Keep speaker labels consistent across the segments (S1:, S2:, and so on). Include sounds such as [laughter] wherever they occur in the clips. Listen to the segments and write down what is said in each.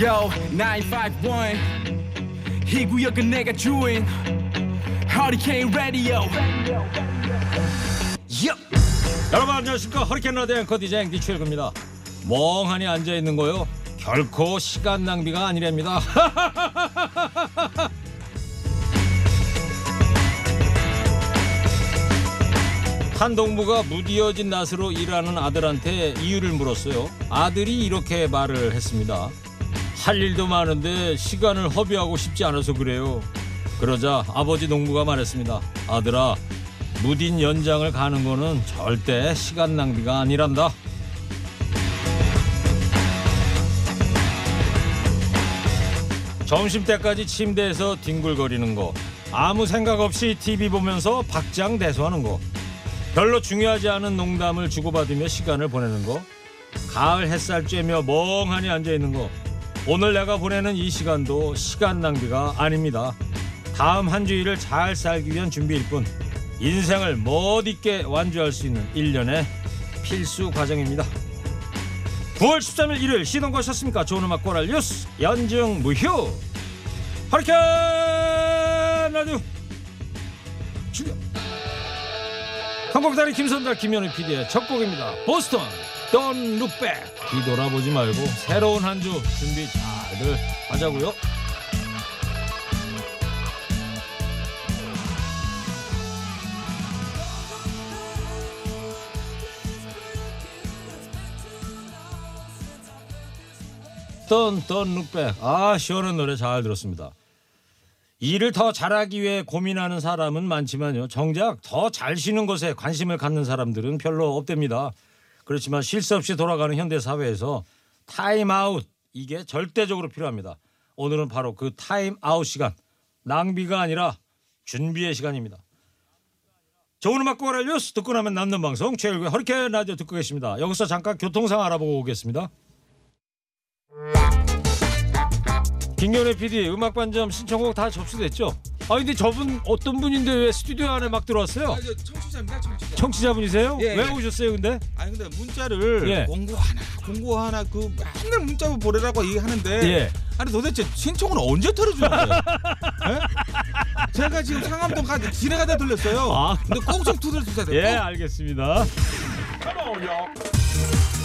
S1: Yo, 951. 이 구역은 내가 주인. Hurricane Radio. Yup.
S2: 여러분 안녕하십니까 허리케인 라디오 앵커 DJ 앵디 최일구입니다 멍하니 앉아있는 거요 결코 시간 낭비가 아니랍니다 한동부가 무디어진 낯으로 일하는 아들한테 이유를 물었어요 아들이 이렇게 말을 했습니다 할 일도 많은데 시간을 허비하고 싶지 않아서 그래요 그러자 아버지 농부가 말했습니다 아들아 무딘 연장을 가는 거는 절대 시간 낭비가 아니란다. 점심때까지 침대에서 뒹굴거리는 거, 아무 생각 없이 TV 보면서 박장 대소하는 거, 별로 중요하지 않은 농담을 주고받으며 시간을 보내는 거, 가을 햇살 쬐며 멍하니 앉아있는 거, 오늘 내가 보내는 이 시간도 시간 낭비가 아닙니다. 다음 한 주일을 잘 살기 위한 준비일 뿐 인생을 멋있게 완주할 수 있는 일련의 필수 과정입니다. 9월 13일 일요일 시동 거셨습니까? 좋은 음악 꼬랄 뉴스 연중 무휴 허리케인 라디오 출격 한국다리 김선달 김현우 PD의 첫 곡입니다. 보스턴 Don't Look Back 뒤돌아보지 말고 새로운 한 주 준비 잘들 하자고요. 던, 던, 룩백. 아, 시원한 노래 잘 들었습니다. 일을 더 잘하기 위해 고민하는 사람은 많지만요. 정작 더 잘 쉬는 것에 관심을 갖는 사람들은 별로 없답니다. 그렇지만 쉴 새 없이 돌아가는 현대 사회에서 타임아웃 이게 절대적으로 필요합니다. 오늘은 바로 그 타임아웃 시간 낭비가 아니라 준비의 시간입니다. 좋은 음악 꼬라 뉴스 듣고 나면 남는 방송 최일구의 허리케인 라디오 듣고 계십니다. 여기서 잠깐 교통상 알아보고 오겠습니다. 김경래 PD 음악 반점 신청곡 다 접수됐죠? 아 근데 저분 어떤 분인데 왜 스튜디오 안에 막 들어왔어요?
S3: 아, 저 청취자입니다, 청취자.
S2: 청취자분이세요?
S3: 예,
S2: 왜
S3: 예.
S2: 오셨어요 근데?
S3: 아니 근데 문자를
S2: 예.
S3: 공고 하나, 공고 하나 그 맨날 문자 보내라고 얘기하는데
S2: 예.
S3: 아니 도대체 신청은 언제
S2: [laughs]
S3: 털어주는 거예요? 예? 제가 지금 상암동 가는데 길에 가다 들렸어요.
S2: 아.
S3: 근데 꼭 좀 두드려 주셔야 돼요.
S2: 예 알겠습니다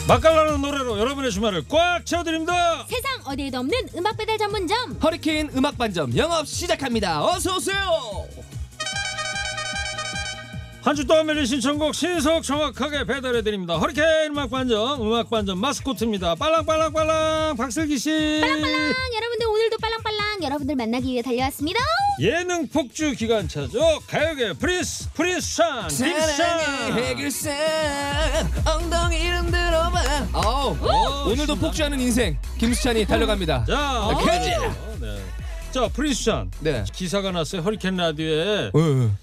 S2: 맛깔나는 노래로 여러분의 주말을 꽉 채워드립니다
S4: 세상 어디에도 없는 음악 배달 전문점
S5: 허리케인 음악 반점 영업 시작합니다. 어서 오세요.
S2: 한 주 동안 밀린 신청곡 신속 정확하게 배달해드립니다 허리케인 음악 반점 음악 반점 마스코트입니다 빨랑빨랑빨랑 박슬기씨
S4: 빨랑 여러분들 오늘도 빨랑빨랑 여러분들 만나기 위해 달려왔습니다
S2: 예능 폭주 기간차죠 가요계 프린스 프린스 산
S5: 네, 사랑의
S2: 김산
S5: 해결사 엉덩이는 들어봐. 어우, 오늘도 음. 폭주하는 인생 김수찬이 달려갑니다.
S2: 자,
S5: 어, 캐치!
S2: 어, 네. 자, 프린스찬.
S5: 네. 어?
S2: 기사가 났어요. 허리케인 라디오에.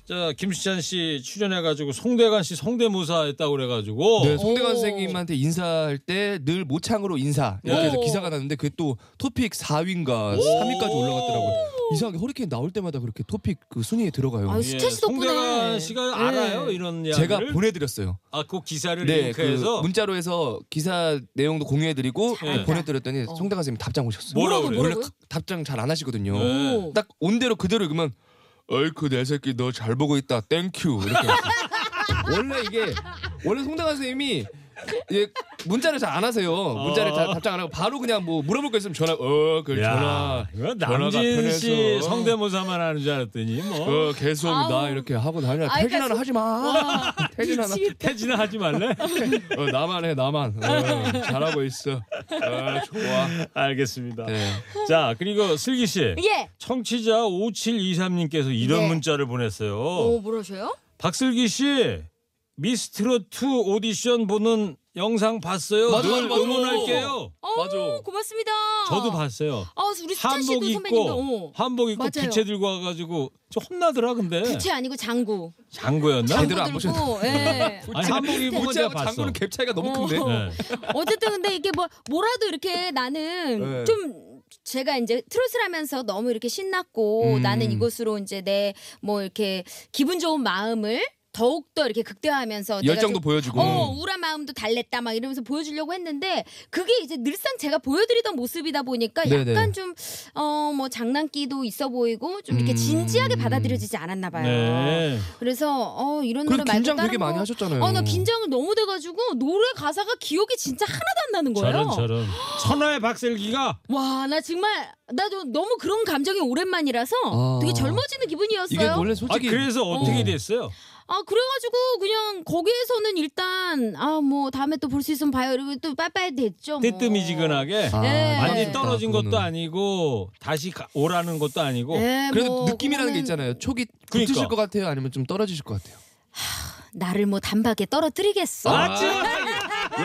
S2: 자, 김수찬 씨 출연해가지고 송대관 씨 성대모사했다고 그래가지고.
S5: 네, 송대관 선생님한테 인사할 때 늘 모창으로 인사 이렇게 해서
S4: 오.
S5: 기사가 났는데 그게 또 토픽 4위인가 3위까지 올라갔더라고요. 이상하게 허리케인 나올 때마다 그렇게 토픽 그 순위에 들어가요. 네.
S4: 아유,
S2: 예,
S4: 수찬 씨 덕분에
S2: 송대관 씨가 알아요 이런 이야기를.
S5: 제가 보내드렸어요.
S2: 아, 그 기사를
S5: 네, 그
S2: 링크해서 네.
S5: 문자로 해서 기사 내용도 공유해드리고 네,
S4: 잘한다.
S5: 보내드렸더니 송대관 선생님 답장 오셨어요.
S2: 뭐라고
S4: 어. 뭐라고,
S2: 그래요?
S5: 원래
S4: 뭐라고요?
S5: 가- 답장 잘 안 하시거든요.
S2: 네.
S5: 딱 온대로 그대로 읽으면 어이쿠 그 내 새끼 너 잘 보고 있다 땡큐 이렇게 [laughs] 하셨어요. 원래 이게 원래 송대관 선생님이 예, 문자를 잘 안 하세요. 문자를 잘 답장 안 하고 바로 그냥 뭐 물어볼 거 있으면 전화 어그 전화
S2: 어. 야, 이거
S5: 전화가
S2: 남진 씨
S5: 편해서.
S2: 성대모사만 하는 줄 알았더니 뭐.
S5: 어 계속 나
S4: 아우.
S5: 이렇게 하고 다니라
S4: 아,
S5: 태진아는
S4: 그러니까
S5: 하지 마 태진아 나
S4: 미치겠다.
S2: 태진아 하지 말래? [laughs]
S5: 어, 나만 해 나만 어, 잘하고 있어 어, 좋아
S2: 알겠습니다.
S5: 네.
S2: 자, 그리고 슬기 씨.
S4: 예.
S2: 청취자 5723님께서 이런
S4: 네.
S2: 문자를 보냈어요.
S4: 오 뭐라셔요?
S2: 박슬기 씨 미스트롯 2 오디션 보는 영상 봤어요.
S5: 맞아,
S2: 늘
S5: 맞아, 맞아.
S2: 응원할게요.
S4: 어
S5: 맞아.
S4: 고맙습니다.
S2: 저도 봤어요.
S4: 아 우리 수찬 씨도
S2: 한복
S4: 선배님도
S2: 입고
S4: 어.
S2: 한복 입고
S4: 맞아요.
S2: 부채 들고 와가지고 저 혼나더라 근데
S4: 부채 아니고 장구.
S2: 장구였나?
S5: 제대로 안
S4: 장구 들고, 예.
S2: [laughs] 아니 한복 입은 거 제가
S5: 모찌하고
S2: 그 봤어.
S5: 장군은 갭 차이가 너무
S4: 어.
S5: 큰데
S2: 네.
S4: 어쨌든 근데 이게 뭐 뭐라도 이렇게 나는
S5: 네.
S4: 좀 제가 이제 트롯을 하면서 너무 이렇게 신났고
S5: 음.
S4: 나는 이곳으로 이제 내 뭐 이렇게 기분 좋은 마음을
S6: 더욱더 이렇게 극대화하면서 내가
S5: 열정도
S6: 좀,
S5: 보여주고.
S6: 어 우울한 마음도 달랬다 막 이러면서 보여주려고 했는데 그게 이제 늘상 제가 보여드리던 모습이다 보니까
S5: 네네.
S6: 약간 좀 어 뭐 장난기도 있어 보이고 좀 이렇게 진지하게 받아들여지지 않았나 봐요.
S2: 음. 네.
S6: 그래서 어 이런 노래
S5: 그래서
S6: 말고
S5: 긴장 되게
S6: 다른
S5: 많이
S6: 거-
S5: 하셨잖아요.
S6: 어 나 긴장을 너무 돼가지고 노래 가사가 기억이 진짜 하나도 안 나는 거예요.
S2: 저런 저런. 천하의 박슬기가
S6: 와 나 정말 나도 너무 그런 감정이 오랜만이라서
S5: 아.
S6: 되게 젊어지는 기분이었어요.
S5: 이게 원래
S2: 아,
S5: 솔직히
S2: 그래서 어떻게
S5: 어.
S2: 됐어요?
S6: 아 그래가지고 그냥 거기에서는 일단 아 뭐 다음에 또 볼 수 있으면 봐요. 이러고 또 빠빠이 됐죠. 뭐.
S2: 뜨뜨미지근하게
S5: 아,
S6: 네.
S2: 많이
S6: 네.
S2: 떨어진 것도
S5: 그거는.
S2: 아니고 다시 가- 오라는 것도 아니고
S6: 예,
S5: 그래도
S6: 뭐
S5: 느낌이라는
S6: 그거는
S5: 게 있잖아요. 촉이
S2: 그러니까.
S5: 붙으실 것 같아요, 아니면 좀 떨어지실 것 같아요.
S6: 나를 뭐 단박에 떨어뜨리겠어.
S2: 맞지?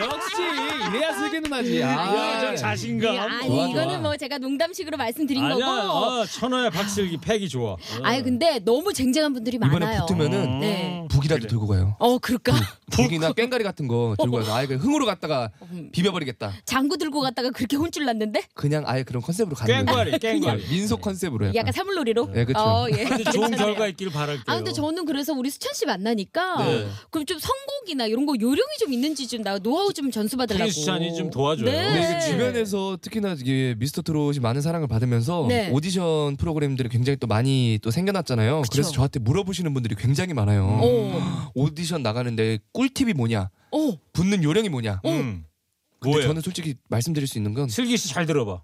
S5: 역시 이래야 세계는 하지.
S2: 야,
S5: 네.
S2: 저 아, 자신감.
S6: 아.
S2: 어.
S6: 아니
S5: 좋아,
S6: 이거는
S5: 좋아.
S6: 뭐 제가 농담식으로 말씀드린
S2: 아니야,
S6: 거고.
S2: 어, 천하의 박슬기 팩이 좋아.
S6: 아니 근데 너무 쟁쟁한 분들이
S5: 이번에
S6: 많아요.
S5: 붙으면은
S2: 음.
S6: 네.
S5: 북이라도
S2: 그래.
S5: 들고 가요.
S6: 어 그럴까? [laughs]
S5: 북이나 꽹가리 같은 거 들고 가서 아예 그냥 흥으로 갔다가 비벼버리겠다.
S6: 장구 들고 갔다가 그렇게 혼쭐 났는데?
S5: 그냥 아예 그런 컨셉으로 가는 거예요.
S2: 깽과리, 깽과리.
S5: 민속 컨셉으로 약간.
S6: 약간 사물놀이로.
S5: 네, 그쵸.
S6: 어, 예.
S2: 근데 좋은 결과 있길 바랄게요.
S6: 아 근데 저는 그래서 우리 수천 씨 만나니까
S5: 네.
S6: 그럼 좀 선곡이나 이런 거 요령이 좀 있는지 좀 나 노하우 좀 전수 받으려고.
S2: 우리 수찬이 좀 도와줘요.
S6: 네.
S5: 근데 이게 주변에서 특히나 이게 미스터 트롯이 많은 사랑을 받으면서
S6: 네.
S5: 오디션 프로그램들이 굉장히 또 많이 또 생겨났잖아요. 그래서 저한테 물어보시는 분들이 굉장히 많아요.
S6: 어.
S5: 오디션 나가는데 꿀팁이 뭐냐?
S6: 어.
S5: 붙는 요령이 뭐냐?
S2: 음.
S5: 근데
S2: 뭐예요?
S5: 저는 솔직히 말씀드릴 수 있는
S2: 슬기 씨 잘 들어봐.
S5: 건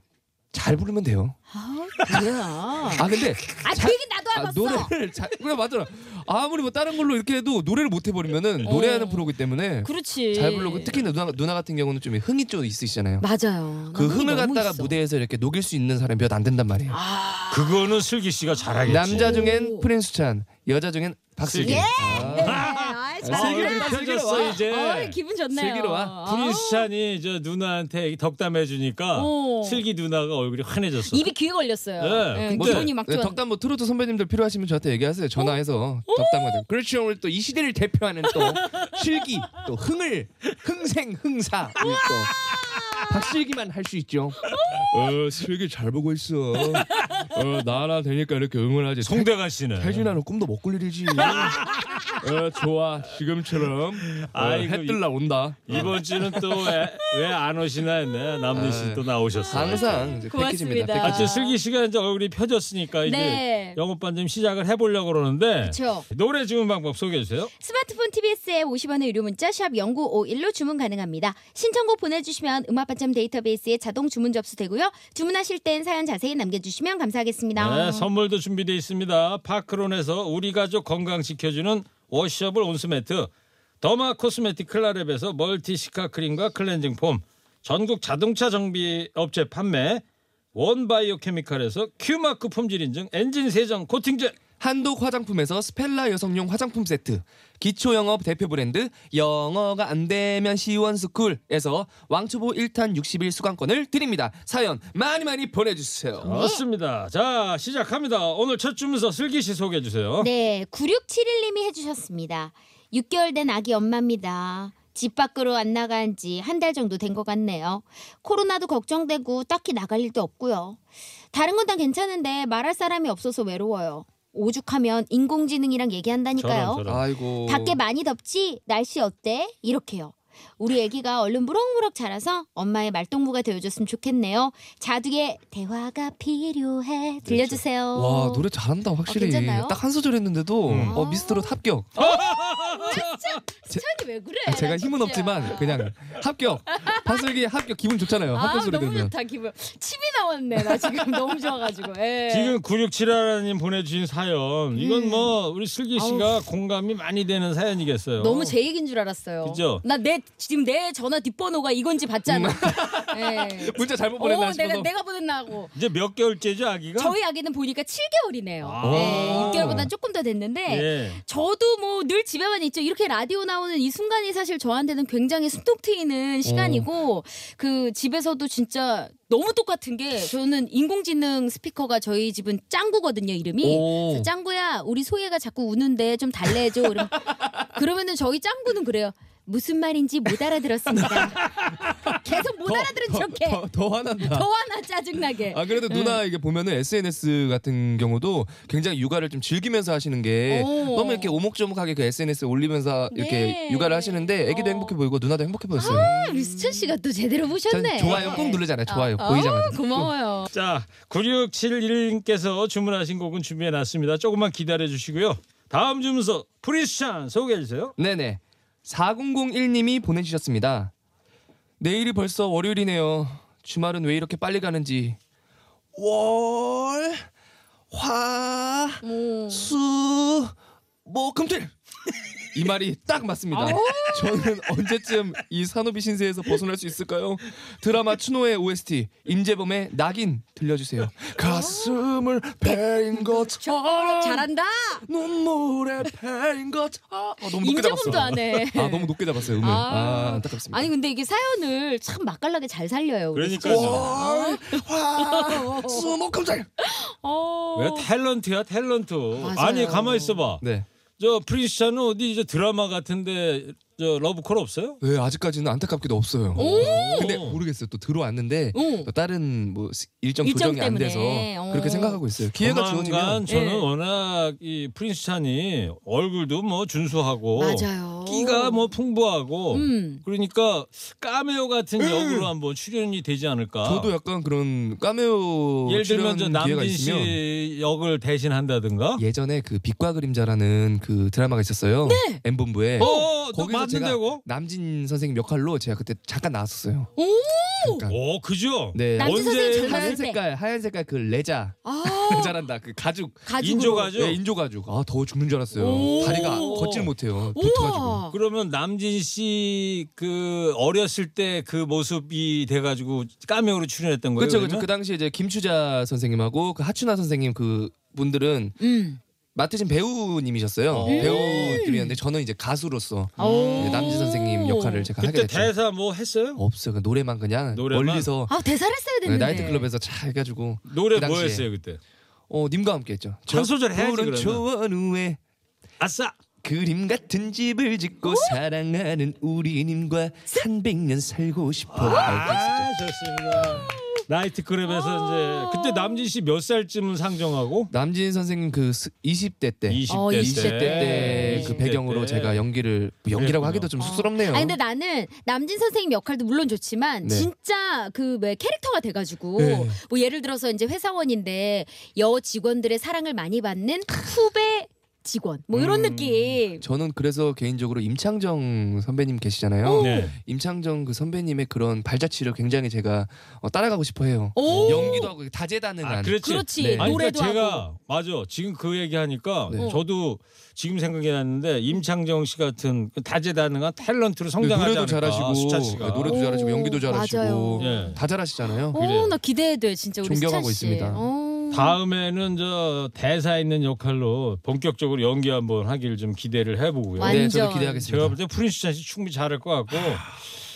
S5: 잘 부르면 돼요.
S6: 아 뭐야.
S5: 아 근데
S6: 아,
S5: 자-
S6: 그 얘기 나도
S5: 아,
S6: 알았어.
S5: 노래를 잘 그래 맞더라. 아무리 뭐 다른 걸로 이렇게 해도 노래를 못 해버리면은 노래하는 프로기 때문에
S6: 어. 그렇지.
S5: 잘 부르고 특히 누나 누나 같은 경우는 좀 흥이 좀 있으시잖아요.
S6: 맞아요.
S5: 그
S6: 난 그게
S5: 흥을
S6: 너무
S5: 갖다가
S6: 있어.
S5: 무대에서 이렇게 녹일 수 있는 사람이 몇 안 된단 말이에요.
S2: 그거는 슬기 씨가 잘하겠지.
S5: 남자
S6: 오.
S5: 중엔 프린스 찬, 여자 중엔 박슬기.
S2: 예!
S5: 아,
S6: 아,
S2: 아,
S6: 잘.
S2: 슬기로 펴졌어
S5: 슬기로워.
S2: 이제.
S6: 아, 기분 좋네요. 아.
S5: 슬기로 와.
S2: 프린스찬이 저 누나한테 덕담해 주니까
S6: 어.
S2: 슬기 누나가 얼굴이 환해졌어.
S6: 입이 귀에 걸렸어요.
S2: 네,
S6: 예,
S2: 근데-
S6: 기분이 막
S5: 네, 어?
S6: 좋아.
S5: 덕담 뭐 트로트 선배님들 필요하시면 저한테 얘기하세요. 전화해서 덕담 같은. 그렇죠. 오늘 또 이 시대를 대표하는 또 실기, 또 흥을, 흥생, 흥사. 우리 또 박실기만 할 수 있죠. 어, 실기 잘 보고 있어. 어, 나라 되니까 이렇게 응원하지.
S2: 송대관 씨는.
S5: 태진아는 꿈도 못 꿀 일이지. [laughs] 어, 좋아. 지금처럼 어,
S2: 아이고,
S5: 온다.
S2: 이번 주는 또 왜 안 오시나 했네. 남민
S5: 아.
S2: 씨 또 나오셨어요.
S5: 항상 이제 패키지입니다.
S6: 고맙습니다.
S5: 패키지.
S2: 아, 저 슬기 씨가 이제 얼굴이 펴졌으니까 이제
S6: 네.
S2: 영업반 좀 시작을 해보려고 그러는데
S6: 그쵸.
S2: 노래 주문 방법 소개해 주세요.
S6: 스마트폰 TBS에 50원의 유료 문자 샵 0951로 주문 가능합니다. 신청곡 보내주시면 음악반점 데이터베이스에 자동 주문 접수되고요. 주문하실 땐 사연 자세히 남겨주시면 감사하겠습니다.
S2: 네, 선물도 준비되어 있습니다. 파크론에서 우리 가족 건강 지켜주는 워셔블 온수매트, 더마 코스메틱 클라랩에서 멀티시카 크림과 클렌징 폼, 전국 자동차 정비 업체 판매, 원바이오 케미칼에서 큐마크 품질 인증 엔진 세정 코팅제
S5: 한독 화장품에서 스펠라 여성용 화장품 세트. 기초 영업 대표 브랜드 영어가 안 되면 시원스쿨에서 왕초보 1탄 60일 수강권을 드립니다. 사연 많이 많이 보내주세요.
S2: 그렇습니다. 자 시작합니다. 오늘 첫 주문서 슬기 씨 소개해 주세요.
S4: 네, 9671님이 해주셨습니다. 6개월 된 아기 엄마입니다. 집 밖으로 안 나간 지 한 달 정도 된 것 같네요. 코로나도 걱정되고 딱히 나갈 일도 없고요. 다른 건 다 괜찮은데 말할 사람이 없어서 외로워요. 오죽하면 인공지능이랑 얘기한다니까요.
S2: 저런, 저런.
S5: 아이고.
S4: 밖에 많이 덥지? 날씨 어때? 이렇게요. 우리 아기가 얼른 무럭무럭 자라서 엄마의 말동무가 되어줬으면 좋겠네요. 자두의 대화가 필요해 들려주세요.
S5: 그렇죠. 와 노래 잘한다
S6: 어,
S5: 확실히.
S4: 괜찮나요?
S5: 딱 한 소절 했는데도
S2: 음.
S5: 어, 미스트롯 합격.
S6: 수찬이 왜 그래?
S5: 아, 제가 힘은 없지만 그냥 합격. 반슬기 합격 기분 좋잖아요. 합격
S6: 아
S5: 소리
S6: 너무
S5: 들으면.
S6: 좋다 기분. 침이 나왔네 나 지금 [laughs] 너무 좋아가지고. 예.
S2: 지금 9671님 보내주신 사연 이건
S6: 음.
S2: 뭐 우리 슬기 씨가 공감이 많이 되는 사연이겠어요.
S6: 너무 제 얘기인 줄 알았어요.
S2: 그죠? 음.
S6: 나 내 지금 내 전화 뒷번호가 이건지 봤잖아. [laughs] 예.
S5: 문자 잘못
S6: 오,
S5: 보냈나 싶어서.
S6: 내가 내가 보냈나고.
S2: 이제 몇 개월째죠 아기가?
S6: 저희 아기는 보니까 7개월이네요.
S2: 아.
S6: 네, 6개월보다 조금 더 됐는데
S2: 예.
S6: 저도 뭐 늘 집에만 있죠. 이렇게 라디오 나오는 이 순간이 사실 저한테는 굉장히 숨통 트이는 시간이고 그 집에서도 진짜 너무 똑같은 게 저는 인공지능 스피커가 저희 집은 짱구거든요 이름이.
S5: 오.
S6: 그래서 짱구야 우리 소예가 자꾸 우는데 좀 달래줘. 그럼 그러면은 저희 짱구는 그래요. 무슨 말인지 못 알아들었습니다. 계속 못 알아들은 척해.
S5: 더, 더 화난다.
S6: 더 화나 짜증나게.
S5: 아 그래도 누나 이게 보면은 SNS 같은 경우도 굉장히 육아를 좀 즐기면서 하시는 게
S6: 오.
S5: 너무 이렇게 오목조목하게 그 SNS 에 올리면서 이렇게
S6: 네.
S5: 육아를 하시는데
S6: 어.
S5: 애기도
S6: 아,
S5: 행복해 보이고 누나도 행복해 보였어요.
S6: 우리 수천 씨가 또 제대로
S5: 전
S6: 보셨네.
S5: 좋아요 꾹 누르잖아요. 좋아요
S6: 어,
S5: 보이잖아요.
S6: 고마워요.
S2: 자, 9671님께서 주문하신 곡은 준비해놨습니다. 조금만 기다려주시고요. 다음 주문서 프리스찬 소개해주세요.
S5: 네네. 4001님이 보내주셨습니다. 내일이 벌써 월요일이네요. 주말은 왜 이렇게 빨리 가는지. 월, 화, 수, 목, 금, 토일. [laughs] 이 말이 딱 맞습니다. [laughs] 저는 언제쯤 이 산호비 신세에서 벗어날 수 있을까요? 드라마 추노의 OST 임재범의 낙인 들려주세요. 가슴을 베인 것처럼
S6: 어, 잘한다.
S5: 눈물에 패인 것. 아, 아, 너무 높게 잡았어.
S6: 임재범도 안 해.
S5: 아 너무 높게 잡았어요 음을. 아,
S6: 아.
S5: 안타깝습니다.
S6: 아니 근데 이게 사연을 참 맛깔나게 잘 살려요. 우리
S2: 그러니까요.
S5: 와, 수목 깜짝.
S6: 어.
S2: 왜 탤런트야 탤런트. 아니 가만 있어봐.
S5: 네.
S2: 저 프리스찬은 어디 저 드라마 같은데 저 러브콜 없어요?
S5: 네 아직까지는 안타깝게도 없어요. 근데 모르겠어요. 또 들어왔는데
S6: 오.
S5: 또 다른 뭐 시- 일정
S6: 일정
S5: 조정이 안
S6: 때문에.
S5: 돼서
S6: 어.
S5: 그렇게 생각하고 있어요. 기회가 주어지면
S2: 조만간 저는
S6: 예.
S2: 워낙 이 프린스찬이 얼굴도 뭐 준수하고
S6: 맞아요.
S2: 끼가 뭐 풍부하고
S6: 음.
S2: 그러니까 까메오 같은 역으로 한번 출연이 되지 않을까.
S5: 음. 저도 약간 그런 까메오
S2: 예를 들면 저
S5: 출연 기회가
S2: 남진
S5: 있으면
S2: 씨 역을 대신한다든가.
S5: 예전에 그 빛과 그림자라는 그 드라마가 있었어요. 네. 엠본부에.
S2: 어, 어, 또
S5: 거기서 제가
S2: 맞는데고?
S5: 남진 선생님 역할로 제가 그때 잠깐 나왔었어요. 잠깐.
S2: 오, 그죠?
S5: 네.
S6: 남진 선생님 아.
S2: 언제
S6: 잘 나왔을
S5: 하얀
S6: 때.
S5: 색깔, 하얀 색깔 그 레자. [laughs] 레자란다. 그 가죽.
S6: 가죽으로.
S2: 인조 가죽.
S5: 네, 인조 가죽. 아, 더워 죽는 줄 알았어요.
S6: 오.
S5: 다리가 걷질 못해요. 붙어가지고.
S6: 우와.
S2: 그러면 남진 씨 그 어렸을 때 그 모습이 돼가지고 까메오로 출연했던 거예요.
S5: 그렇죠, 그렇죠.
S2: 그러면?
S5: 그 당시에 이제 김추자 선생님하고 그 하춘아 선생님 그 분들은
S6: 음.
S5: 맡으신 배우님이셨어요. 배우님이었는데 저는 이제 가수로서 이제 남진 선생님 역할을 제가 하게
S2: 그때
S5: 됐죠.
S2: 대사 뭐 했어요?
S5: 없어요. 그 노래만 그냥
S2: 노래만?
S5: 멀리서
S6: 아 대사를 써야 되는데.
S5: 네, 나이트클럽에서 잘 해가지고
S2: 노래
S5: 그
S2: 뭐
S5: 당시에
S2: 했어요 그때?
S5: 어 님과 함께했죠.
S2: 한 소절 해야지,
S5: 푸른
S2: 그러면.
S5: 초원우에
S2: 아싸.
S5: 그림 같은 집을 짓고 사랑하는 우리님과 300년 살고 싶어. 아,
S2: 아 좋습니다. 나이트클럽에서
S6: 아.
S2: 이제 그때 남진 씨 몇 살쯤 상정하고?
S5: 남진 선생님 그 스- 20대 때.
S2: 20대,
S6: 어,
S5: 20대 때
S6: 네.
S5: 그 배경으로 제가 연기를 뭐 연기라고
S2: 그랬군요.
S5: 하기도 좀 쑥스럽네요.
S6: 아 근데 나는 남진 선생님 역할도 물론 좋지만
S5: 네.
S6: 진짜 그 왜 캐릭터가 돼가지고
S5: 네.
S6: 뭐 예를 들어서 이제 회사원인데 여 직원들의 사랑을 많이 받는 후배 직원 뭐
S2: 음.
S6: 이런 느낌.
S5: 저는 그래서 개인적으로 임창정 선배님 계시잖아요.
S2: 네.
S5: 임창정 그 선배님의 그런 발자취를 굉장히 제가 어, 따라가고 싶어 해요.
S6: 오.
S5: 연기도 하고 다재다능한.
S2: 아, 그렇지.
S6: 그렇지
S5: 네.
S2: 아니,
S6: 노래도
S2: 그러니까 제가
S6: 하고.
S2: 맞아 지금 그 얘기하니까
S5: 네.
S2: 저도 지금 생각이 났는데 임창정 씨 같은 그 다재다능한 탤런트로
S5: 네,
S2: 성장하지
S5: 노래도
S2: 않을까
S5: 잘하시고
S2: 아, 수찬 씨가
S5: 네, 노래도 잘하시고
S6: 오,
S5: 연기도 잘하시고
S2: 맞아요. 예.
S5: 다 잘하시잖아요.
S2: 그래요.
S6: 오, 나 기대돼 진짜 우리
S5: 존경하고
S6: 수찬 씨.
S5: 있습니다.
S6: 어.
S2: 다음에는 저 대사 있는 역할로 본격적으로 연기 한번 하길 좀 기대를 해보고요.
S6: 완-
S5: 네, 저도
S6: 완전.
S5: 기대하겠습니다.
S2: 제가 볼 때 프린스 찬씨 충분히 잘할 것 같고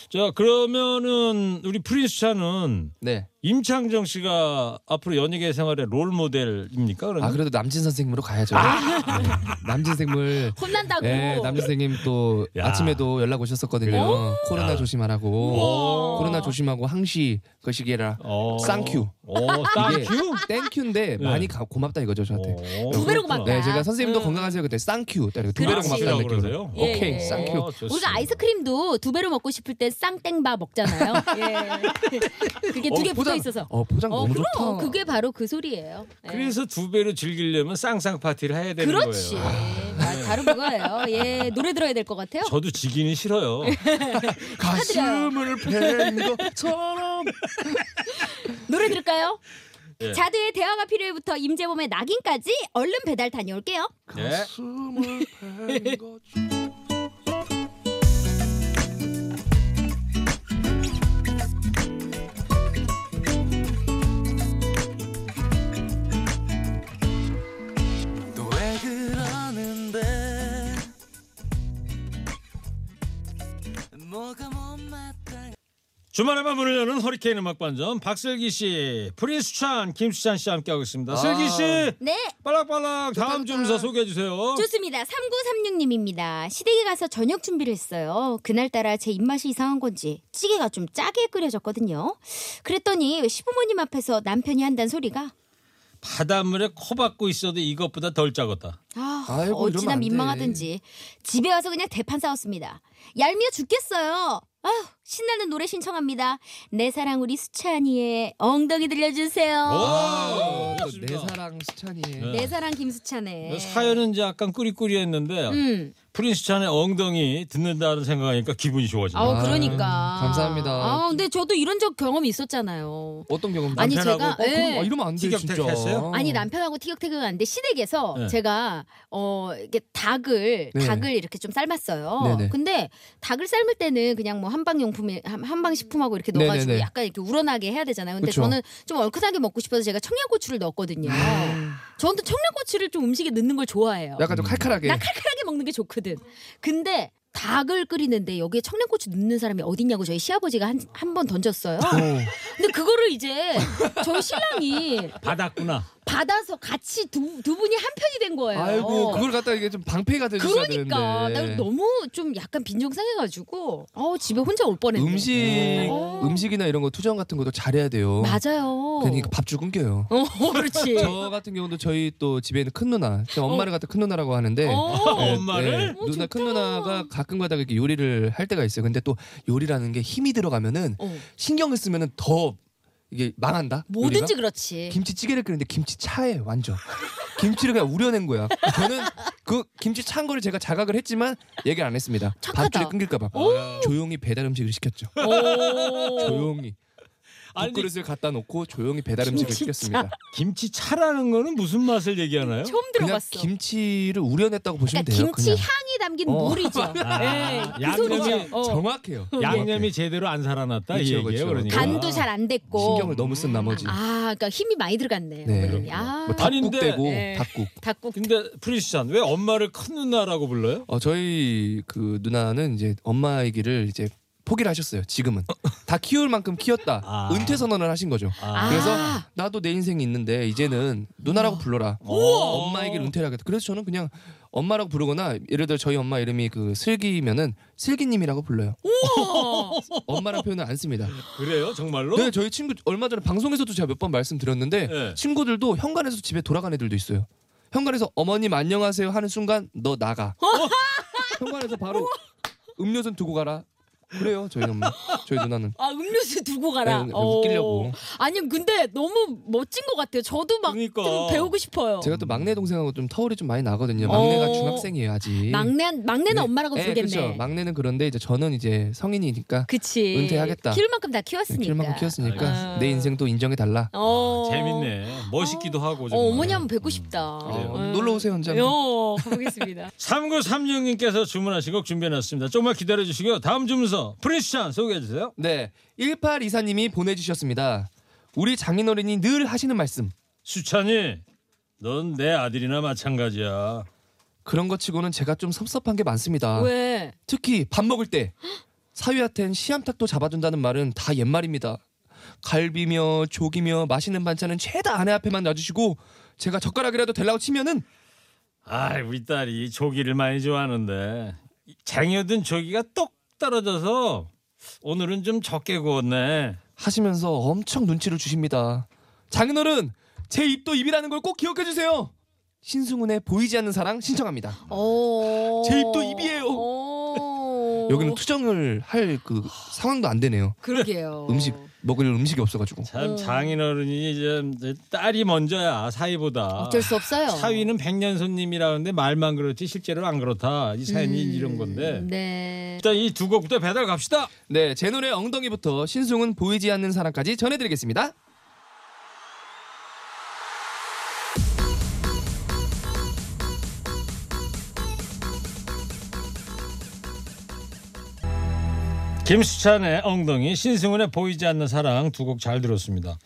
S2: 자 그러면은 우리 프린스 찬은
S5: 네.
S2: 임창정 씨가 앞으로 연예계 생활의 롤 모델입니까? 그러면? 아!
S5: 아 그래도 남진 선생님으로 가야죠. 네, 남진
S6: [laughs]
S5: 선생님을
S6: 혼난다고.
S5: 네, 남진 선생님 또
S2: 야.
S5: 아침에도 연락 오셨었거든요. 코로나 조심하라고. 코로나 조심하고 항시 거시기라.
S2: 어.
S5: 쌍큐.
S2: 어,
S5: 이게
S2: 쌍큐?
S5: 땡큐인데
S2: 네.
S5: 많이 가- 고맙다 이거죠 저한테.
S2: 어,
S6: 두 배로 고맙다.
S5: 네, 제가 선생님도 건강하세요 그때 쌍큐 딱 이렇게 두 배로
S6: 그렇지.
S5: 고맙다는 느낌으로.
S2: 그러세요?
S6: 예,
S5: 오케이
S6: 예.
S5: 쌍큐.
S6: 우리가 아이스크림도 두 배로 먹고 싶을 때 쌍땡바 먹잖아요. 예. 그게 두 개 붙어
S5: 어, 포장-
S6: 있어서.
S5: 어 포장
S6: 어,
S5: 너무
S6: 그럼
S5: 좋다.
S6: 그게 바로 그 소리예요. 예.
S2: 네. 그래서 두 배로 즐기려면 쌍쌍 파티를 해야 되는
S6: 그렇지.
S2: 거예요.
S6: 아, 바로 그거예요. 예, 노래 들어야 될 것 같아요.
S2: 저도 지기는
S6: [laughs]
S2: 싫어요.
S5: 가슴을 팬 것처럼.
S6: 노래 들을까요?
S2: 예.
S6: 자두의 대화가 필요해부터 임재범의 낙인까지 얼른 배달 다녀올게요.
S2: 네.
S5: 가슴을 팬 것처럼.
S2: 주말에만 문을 여는 허리케인 음악 반점 박슬기 씨, 프린스 찬, 김수찬 씨와 함께하고 있습니다.
S5: 아.
S2: 슬기 씨,
S4: 네.
S2: 빨락빨락 다음 주문사 소개해 주세요.
S4: 좋습니다. 3936님입니다. 시댁에 가서 저녁 준비를 했어요. 그날따라 제 입맛이 이상한 건지 찌개가 좀 짜게 끓여졌거든요. 그랬더니 시부모님 앞에서 남편이 한단 소리가
S2: 바닷물에 코 박고 있어도 이것보다 덜 짜겠다.
S4: 아,
S5: 아이고, 이러면
S4: 어찌나
S5: 안 돼.
S4: 민망하든지 집에 와서 그냥 대판 싸웠습니다. 얄미워 죽겠어요. 아휴, 신나는 노래 신청합니다. 내 사랑 우리 수찬이의 엉덩이 들려주세요.
S5: 아, 또내
S2: 좋습니다.
S5: 사랑 수찬이의
S2: 네.
S4: 내 사랑 김수찬의.
S2: 사연은 이제 약간 꾸리꾸리했는데
S4: 음.
S2: 프린스 찬의 엉덩이 듣는다는 생각하니까 기분이 좋아지네.
S6: 아우
S5: 아,
S6: 그러니까.
S5: 감사합니다.
S6: 아 근데 저도 이런 적 경험이 있었잖아요.
S5: 어떤 경험?
S6: 아니
S2: 남편하고
S6: 제가
S5: 어, 그럼,
S6: 예.
S5: 아, 이러면 안 돼,
S2: 네. 티격태격
S5: 진짜.
S2: 했어요?
S6: 아니 남편하고 티격태격하는데 시댁에서
S2: 네.
S6: 제가 어 이게 닭을
S5: 네.
S6: 닭을 이렇게 좀 삶았어요.
S5: 네네.
S6: 근데 닭을 삶을 때는 그냥 뭐 한방 용품에 한- 한방 식품하고 이렇게
S5: 네네네.
S6: 넣어가지고 약간 이렇게 우러나게 해야 되잖아요. 근데
S5: 그쵸.
S6: 저는 좀 얼큰하게 먹고 싶어서 제가 청양고추를 넣었거든요. 저는 청양고추를 좀 음식에 넣는 걸 좋아해요.
S5: 아. 약간 예. 좀 칼칼하게.
S6: 나 칼칼하게 먹는 게 좋거든. 근데 닭을 끓이는데 여기에 청양고추 넣는 사람이 어딨냐고 저희 시아버지가 한 한 번 던졌어요.
S2: 음.
S6: 근데 그거를 이제 저희 신랑이
S2: 받았구나.
S6: 받아서 같이 두, 두 분이 한 편이 된 거예요.
S5: 아이고 그걸 갖다 이게 좀 방패가 되줘야
S6: 어. 그러니까
S5: 되는데.
S6: 나 너무 좀 약간 빈정상해가지고 어 집에 혼자 올 뻔했네.
S5: 음식
S6: 어.
S5: 음식이나 이런 거 투정 같은 것도 잘해야 돼요.
S6: 맞아요.
S5: 괜히 밥줄 끊겨요.
S6: 어
S5: [laughs]
S6: 그렇지.
S5: 저 같은 경우도 저희 또 집에는 큰 누나, 제 엄마를 갖다 큰 누나라고 하는데
S6: 어.
S5: 네,
S2: 엄마를?
S5: 네, 누나 큰 누나가 가끔가다 이렇게 요리를 할 때가 있어요. 근데 또 요리라는 게 힘이 들어가면은
S6: 어.
S5: 신경을 쓰면은 더 이게 망한다.
S6: 뭐든지
S5: 요리가?
S6: 그렇지.
S5: 김치찌개를 끓이는데 김치 차예요 완전. [laughs] 김치를 그냥 우려낸 거야. 저는 그 김치 찬 거를 제가 자각을 했지만 얘기를 안 했습니다.
S6: 착하다.
S5: 밥줄이 끊길까봐 조용히 배달 음식을 시켰죠.
S6: 오.
S5: 조용히
S2: 아니,
S5: 국그릇을 갖다 놓고 조용히 배달 음식을
S6: 김치차.
S5: 시켰습니다.
S2: 김치 차라는 거는 무슨 맛을 얘기하나요?
S6: 처음
S5: 그냥
S6: 들어봤어.
S5: 김치를 우려냈다고 보시면
S6: 그러니까
S5: 돼요.
S6: 김치
S5: 그냥.
S6: 향이 담긴
S5: 어. [laughs]
S6: 물이죠. 예,
S2: 아,
S6: 그 소리죠.
S2: 양념이
S6: 어.
S5: 정확해요.
S2: 양념이 제대로 안 살아났다 이
S5: 그쵸, 아.
S2: 얘기예요.
S5: 그쵸.
S2: 그러니까
S6: 간도 잘 안 됐고.
S5: 신경을 너무 쓴 나머지
S6: 어. 아, 그러니까 힘이 많이 들어갔네.
S5: 네.
S6: 어머님이. 아,
S5: 뭐 닭국
S2: 아닌데,
S5: 되고
S6: 예.
S5: 닭국.
S6: 닭국.
S2: 근데 프리스찬 왜 엄마를 큰 누나라고 불러요?
S5: 어, 저희 그 누나는 이제 엄마 얘기를 이제 포기를 하셨어요. 지금은 다 키울 만큼 키웠다.
S2: 아.
S5: 은퇴 선언을 하신 거죠.
S2: 아.
S5: 그래서 나도 내 인생이 있는데 이제는 누나라고 불러라.
S2: 어.
S5: 엄마에게 은퇴를 하겠다. 그래서 저는 그냥 엄마라고 부르거나 예를 들어 저희 엄마 이름이 그 슬기면은 슬기님이라고 불러요. 엄마라는 표현을 안 씁니다.
S2: 그래요? 정말로?
S5: 네, 저희 친구 얼마 전에 방송에서도 제가 몇 번 말씀드렸는데
S2: 네.
S5: 친구들도 현관에서 집에 돌아간 애들도 있어요. 현관에서 어머님 안녕하세요 하는 순간 너 나가.
S6: 어?
S5: [laughs] 현관에서 바로 음료수는 두고 가라. 그래요, 저희 엄마, 저희 누나는.
S6: 아, 음료수 두고 가라.
S5: 네, 웃기려고.
S6: 어. 아니, 근데 너무 멋진 것 같아요. 저도 막 좀
S2: 그러니까.
S6: 배우고 싶어요.
S5: 제가 또 막내 동생하고 좀 터울이 좀 많이 나거든요.
S6: 어.
S5: 막내가 중학생이에요 아직.
S6: 막내, 막내는
S5: 네.
S6: 엄마라고
S5: 예, 그렇죠.
S6: 부르겠네.
S5: 막내는 그런데 이제 저는 이제 성인이니까
S6: 그치.
S5: 은퇴하겠다.
S6: 키울 만큼 다
S5: 네,
S6: 키웠으니까.
S5: 키울 만큼 키웠으니까
S6: 아.
S5: 내 인생도 인정해 달라.
S6: 어.
S2: 아, 재밌네. 멋있기도 하고.
S6: 어,
S2: 정말.
S6: 어머니 한번 뵙고 싶다.
S2: 그래요.
S6: 음.
S5: 놀러 오세요 언제? 한번.
S6: 어,
S5: [laughs]
S6: 가보겠습니다.
S2: 3936님께서 주문하신 곡 준비해놨습니다. 조금만 기다려주시고요. 다음 주문서 프린스찬 소개해주세요.
S5: 네, 1824님이 보내주셨습니다. 우리 장인어른이 늘 하시는 말씀.
S2: 수찬이 넌 내 아들이나 마찬가지야.
S5: 그런 것 치고는 제가 좀 섭섭한 게 많습니다.
S6: 왜?
S5: 특히 밥 먹을 때 사위한텐 시암탉도 잡아준다는 말은 다 옛말입니다. 갈비며 조기며 맛있는 반찬은 죄다 아내 앞에만 놔주시고 제가 젓가락이라도 대려고 치면은
S2: 아 우리 딸이 조기를 많이 좋아하는데 쟁여둔 조기가 똑 떨어져서 오늘은 좀 적게 구웠네.
S5: 하시면서 엄청 눈치를 주십니다. 장인어른 제 입도 입이라는 걸 꼭 기억해 주세요. 신승훈의 보이지 않는 사랑 신청합니다.
S6: 어.
S5: 제 입도 입이에요.
S6: 어.
S5: 여기는 투정을 할 그 상황도 안 되네요.
S6: 그러게요.
S5: 음식 먹을 음식이 없어가지고.
S2: 참 장인어른이 이제 딸이 먼저야 사위보다.
S6: 어쩔 수 없어요.
S2: 사위는 백년 손님이라는데 말만 그렇지 실제로 안 그렇다. 이 사연이
S6: 음.
S2: 이런 건데.
S6: 네.
S2: 일단 이 두 곡부터 배달 갑시다.
S5: 네, 제 노래 엉덩이부터 신승훈 보이지 않는 사랑까지 전해드리겠습니다.
S2: 김수찬의 엉덩이, 신승훈의 보이지 않는 사랑 두 곡 잘 들었습니다.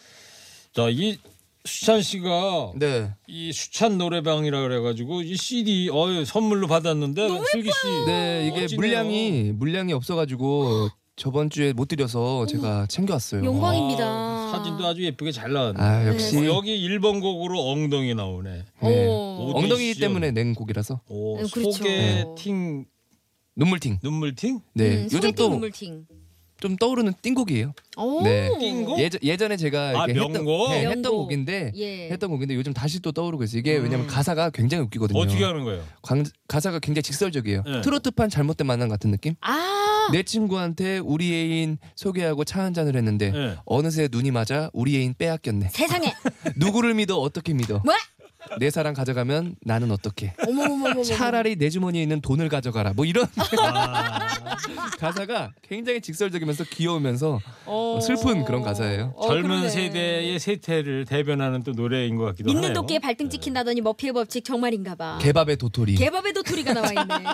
S2: 자, 이 수찬 씨가
S5: 네.
S2: 이 수찬 노래방이라 그래가지고 이 CD 어 선물로 받았는데 슬기 씨
S5: 네, 이게
S2: 멋지네요.
S5: 물량이 물량이 없어가지고 저번 주에 못 드려서 제가 챙겨왔어요.
S6: 영광입니다.
S2: 아, 사진도 아주 예쁘게 잘 나왔네.
S5: 아 역시
S2: 어, 여기 1번 곡으로 엉덩이 나오네.
S5: 네.
S6: 오. 음,
S2: 어디
S5: 엉덩이
S2: 시죠?
S5: 때문에 낸 곡이라서
S2: 오,
S6: 네, 그렇죠.
S2: 소개팅
S5: 눈물팅.
S2: 눈물팅?
S5: 네
S6: 음,
S5: 요즘
S6: 소개팅
S5: 또 좀
S6: 눈물팅.
S5: 떠오르는 띵곡이에요.
S6: 오.
S5: 네.
S2: 띵곡?
S5: 예전 예전에 제가
S2: 어? 아,
S5: 이렇게 했던,
S2: 명곡?
S5: 네, 했던
S6: 명곡.
S5: 곡인데
S6: 예.
S5: 했던 곡인데 요즘 다시 또 떠오르고 있어요. 이게 왜냐면 가사가 굉장히 웃기거든요.
S2: 음. 어떻게 하는 거예요?
S5: 광- 가사가 굉장히 직설적이에요.
S2: 네.
S5: 트로트판 잘못된 만남 같은 느낌?
S6: 아.
S5: 내 친구한테 우리 애인 소개하고 차 한 잔을 했는데
S2: 네.
S5: 어느새 눈이 맞아 우리 애인
S6: [laughs]
S5: 빼앗겼네.
S6: 세상에.
S5: 누구를 믿어 어떻게 믿어?
S6: 뭐야?
S5: 내 사랑 가져가면 나는 어떻게?
S6: 어머머머머.
S5: 차라리 내 주머니에 있는 돈을 가져가라. 뭐 이런
S2: 아,
S5: [laughs] 가사가 굉장히 직설적이면서 귀여우면서
S6: 어.
S5: 어, 슬픈 그런 가사예요.
S2: 젊은 세대의 세태를 대변하는 또 노래인 것 같기도 하네요.
S6: 믿는 도끼에 발등 찍힌다더니 머피의 법칙 정말인가봐.
S5: 개밥의 도토리.
S6: 아. 개밥의 도토리가 나와 있네.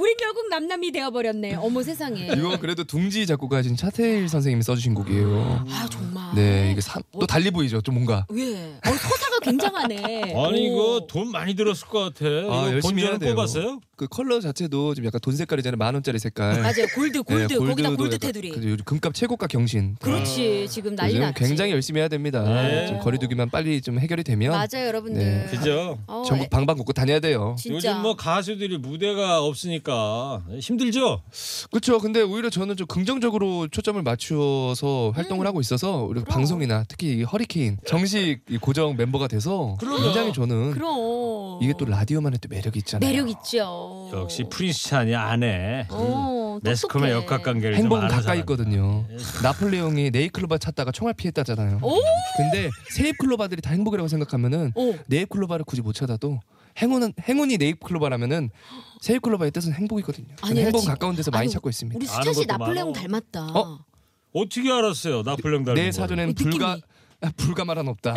S6: 우린 결국 남남이 되어버렸네. 어머 세상에.
S5: 이건 그래도 둥지 작곡가신 차태일 선생님이 써주신 곡이에요.
S6: 아 정말.
S5: 네, 이게 삼, 또 달리 보이죠, 좀 뭔가.
S6: 왜? 어, 서사가
S5: [laughs]
S6: 굉장하네.
S2: 아니
S6: 오.
S2: 이거 돈 많이 들었을 것 같아. 이거
S5: 열심히 해야
S2: 본전을
S5: 돼요.
S2: 뽑았어요?
S5: 그 컬러 자체도 좀 약간 돈 색깔이잖아요, 만 원짜리 색깔.
S6: 맞아요. 골드 골드
S5: 네,
S6: 거기다
S5: 골드도
S6: 골드
S5: 약간-
S6: 테두리.
S5: 그죠, 요즘 금값 최고가 경신.
S6: 그렇지 지금 난리
S5: 요즘
S6: 났지.
S5: 굉장히 열심히 해야 됩니다.
S2: 네.
S5: 좀 거리두기만 빨리 좀 해결이 되면
S6: 맞아요 여러분들.
S5: 네.
S2: 그죠?
S6: 어,
S5: 전국
S6: 에-
S5: 방방곡곡 다녀야 돼요.
S6: 진짜.
S2: 요즘 뭐 가수들이 무대가 없으니까 힘들죠?
S5: 그렇죠. 근데 오히려 저는 좀 긍정적으로 초점을 맞추어서
S6: 음.
S5: 활동을 하고 있어서 우리 방송이나 특히 이 허리케인 정식 이 고정 멤버가 돼서 굉장히 저는
S6: 그럼
S5: 이게 또 라디오만의 또 매력이 있잖아요.
S6: 매력 있죠.
S2: 역시 프린스 찬이 아내
S5: 음.
S6: 어,
S2: 매스컴의
S6: 똑똑해.
S2: 역학 관계를 좀 예.
S5: 행복은
S2: 아는
S5: 가까이
S2: 사람.
S5: 있거든요. 나폴레옹이 네이클로바 찾다가 총알 피했다잖아요.
S6: 오!
S5: 근데 세잎클로바들이 다 행복이라고 생각하면은
S6: 오.
S5: 네잎클로바를 굳이 못 찾아도 행운은 행운이 네잎클로바라면은 세잎클로바의 뜻은 행복이거든요. 저는
S6: 아니, 나
S5: 행복
S6: 진-
S5: 가까운 데서 많이
S6: 아니,
S5: 찾고 있습니다.
S6: 우리
S2: 아는
S6: 수찬
S2: 것도
S6: 씨 나폴레옹
S2: 많아.
S6: 닮았다.
S5: 어?
S2: 어떻게 알았어요? 나폴레옹 닮은
S5: 내
S2: 거를.
S5: 사전엔
S6: 느낌이.
S5: 불가 아, 불가말한 [laughs] 없다.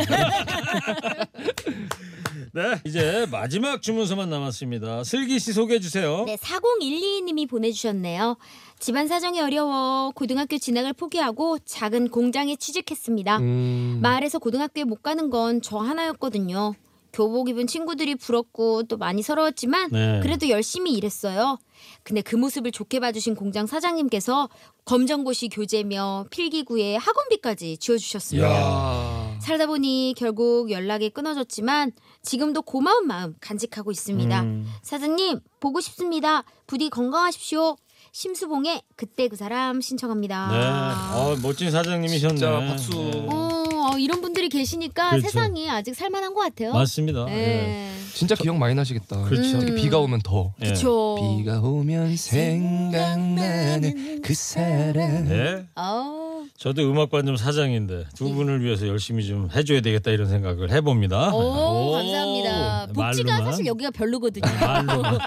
S2: 네. 이제 마지막 주문서만 남았습니다. 슬기 씨 소개해 주세요.
S4: 네, 40122님이 보내주셨네요. 집안 사정이 어려워 고등학교 진학을 포기하고 작은 공장에 취직했습니다.
S5: 음.
S4: 마을에서 고등학교에 못 가는 건 저 하나였거든요. 교복 입은 친구들이 부럽고 또 많이 서러웠지만
S2: 네.
S4: 그래도 열심히 일했어요. 근데 그 모습을 좋게 봐주신 공장 사장님께서 검정고시 교재며 필기구에 학원비까지 지어주셨습니다.
S5: 야.
S4: 살다 보니 결국 연락이 끊어졌지만 지금도 고마운 마음 간직하고 있습니다.
S2: 음.
S4: 사장님 보고 싶습니다. 부디 건강하십시오. 심수봉의 그때 그 사람 신청합니다.
S2: 네. 아, 멋진 사장님이셨네.
S5: 진짜 박수.
S2: 네.
S4: 어, 어, 이런 분들이 계시니까
S2: 그렇죠.
S4: 세상이 아직 살만한 것 같아요.
S2: 맞습니다. 예.
S4: 네.
S5: 진짜 기억 많이 나시겠다.
S2: 그렇죠.
S5: 특히 비가 오면 더.
S2: 예.
S6: 그쵸.
S5: 비가 오면 생각나는 그 사람.
S2: 예.
S6: 아우.
S2: 저도 음악반점 사장인데
S6: 예.
S2: 두 분을 위해서 열심히 좀 해줘야 되겠다 이런 생각을 해봅니다.
S6: 오, 감사합니다. 복지가
S2: 네, 말로만. 아,
S6: 사실 여기가 별로거든요.
S2: 말로만.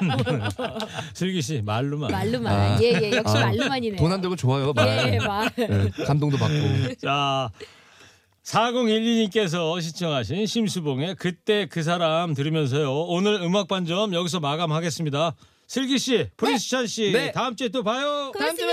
S2: 슬기 씨 말로만.
S6: [laughs] 말로만. 예, 예. 역시
S5: 아.
S6: 말로만이네요.
S5: 돈 안 들고 좋아요. 말.
S6: 예, 말.
S5: 네, 감동도 받고.
S2: 자. 4012님께서 시청하신 심수봉의 그때 그 사람 들으면서요. 오늘 음악 반점 여기서 마감하겠습니다. 슬기 씨, 프린스찬 씨,
S5: 네.
S2: 다음 주에 또 봐요.
S6: 고맙습니다.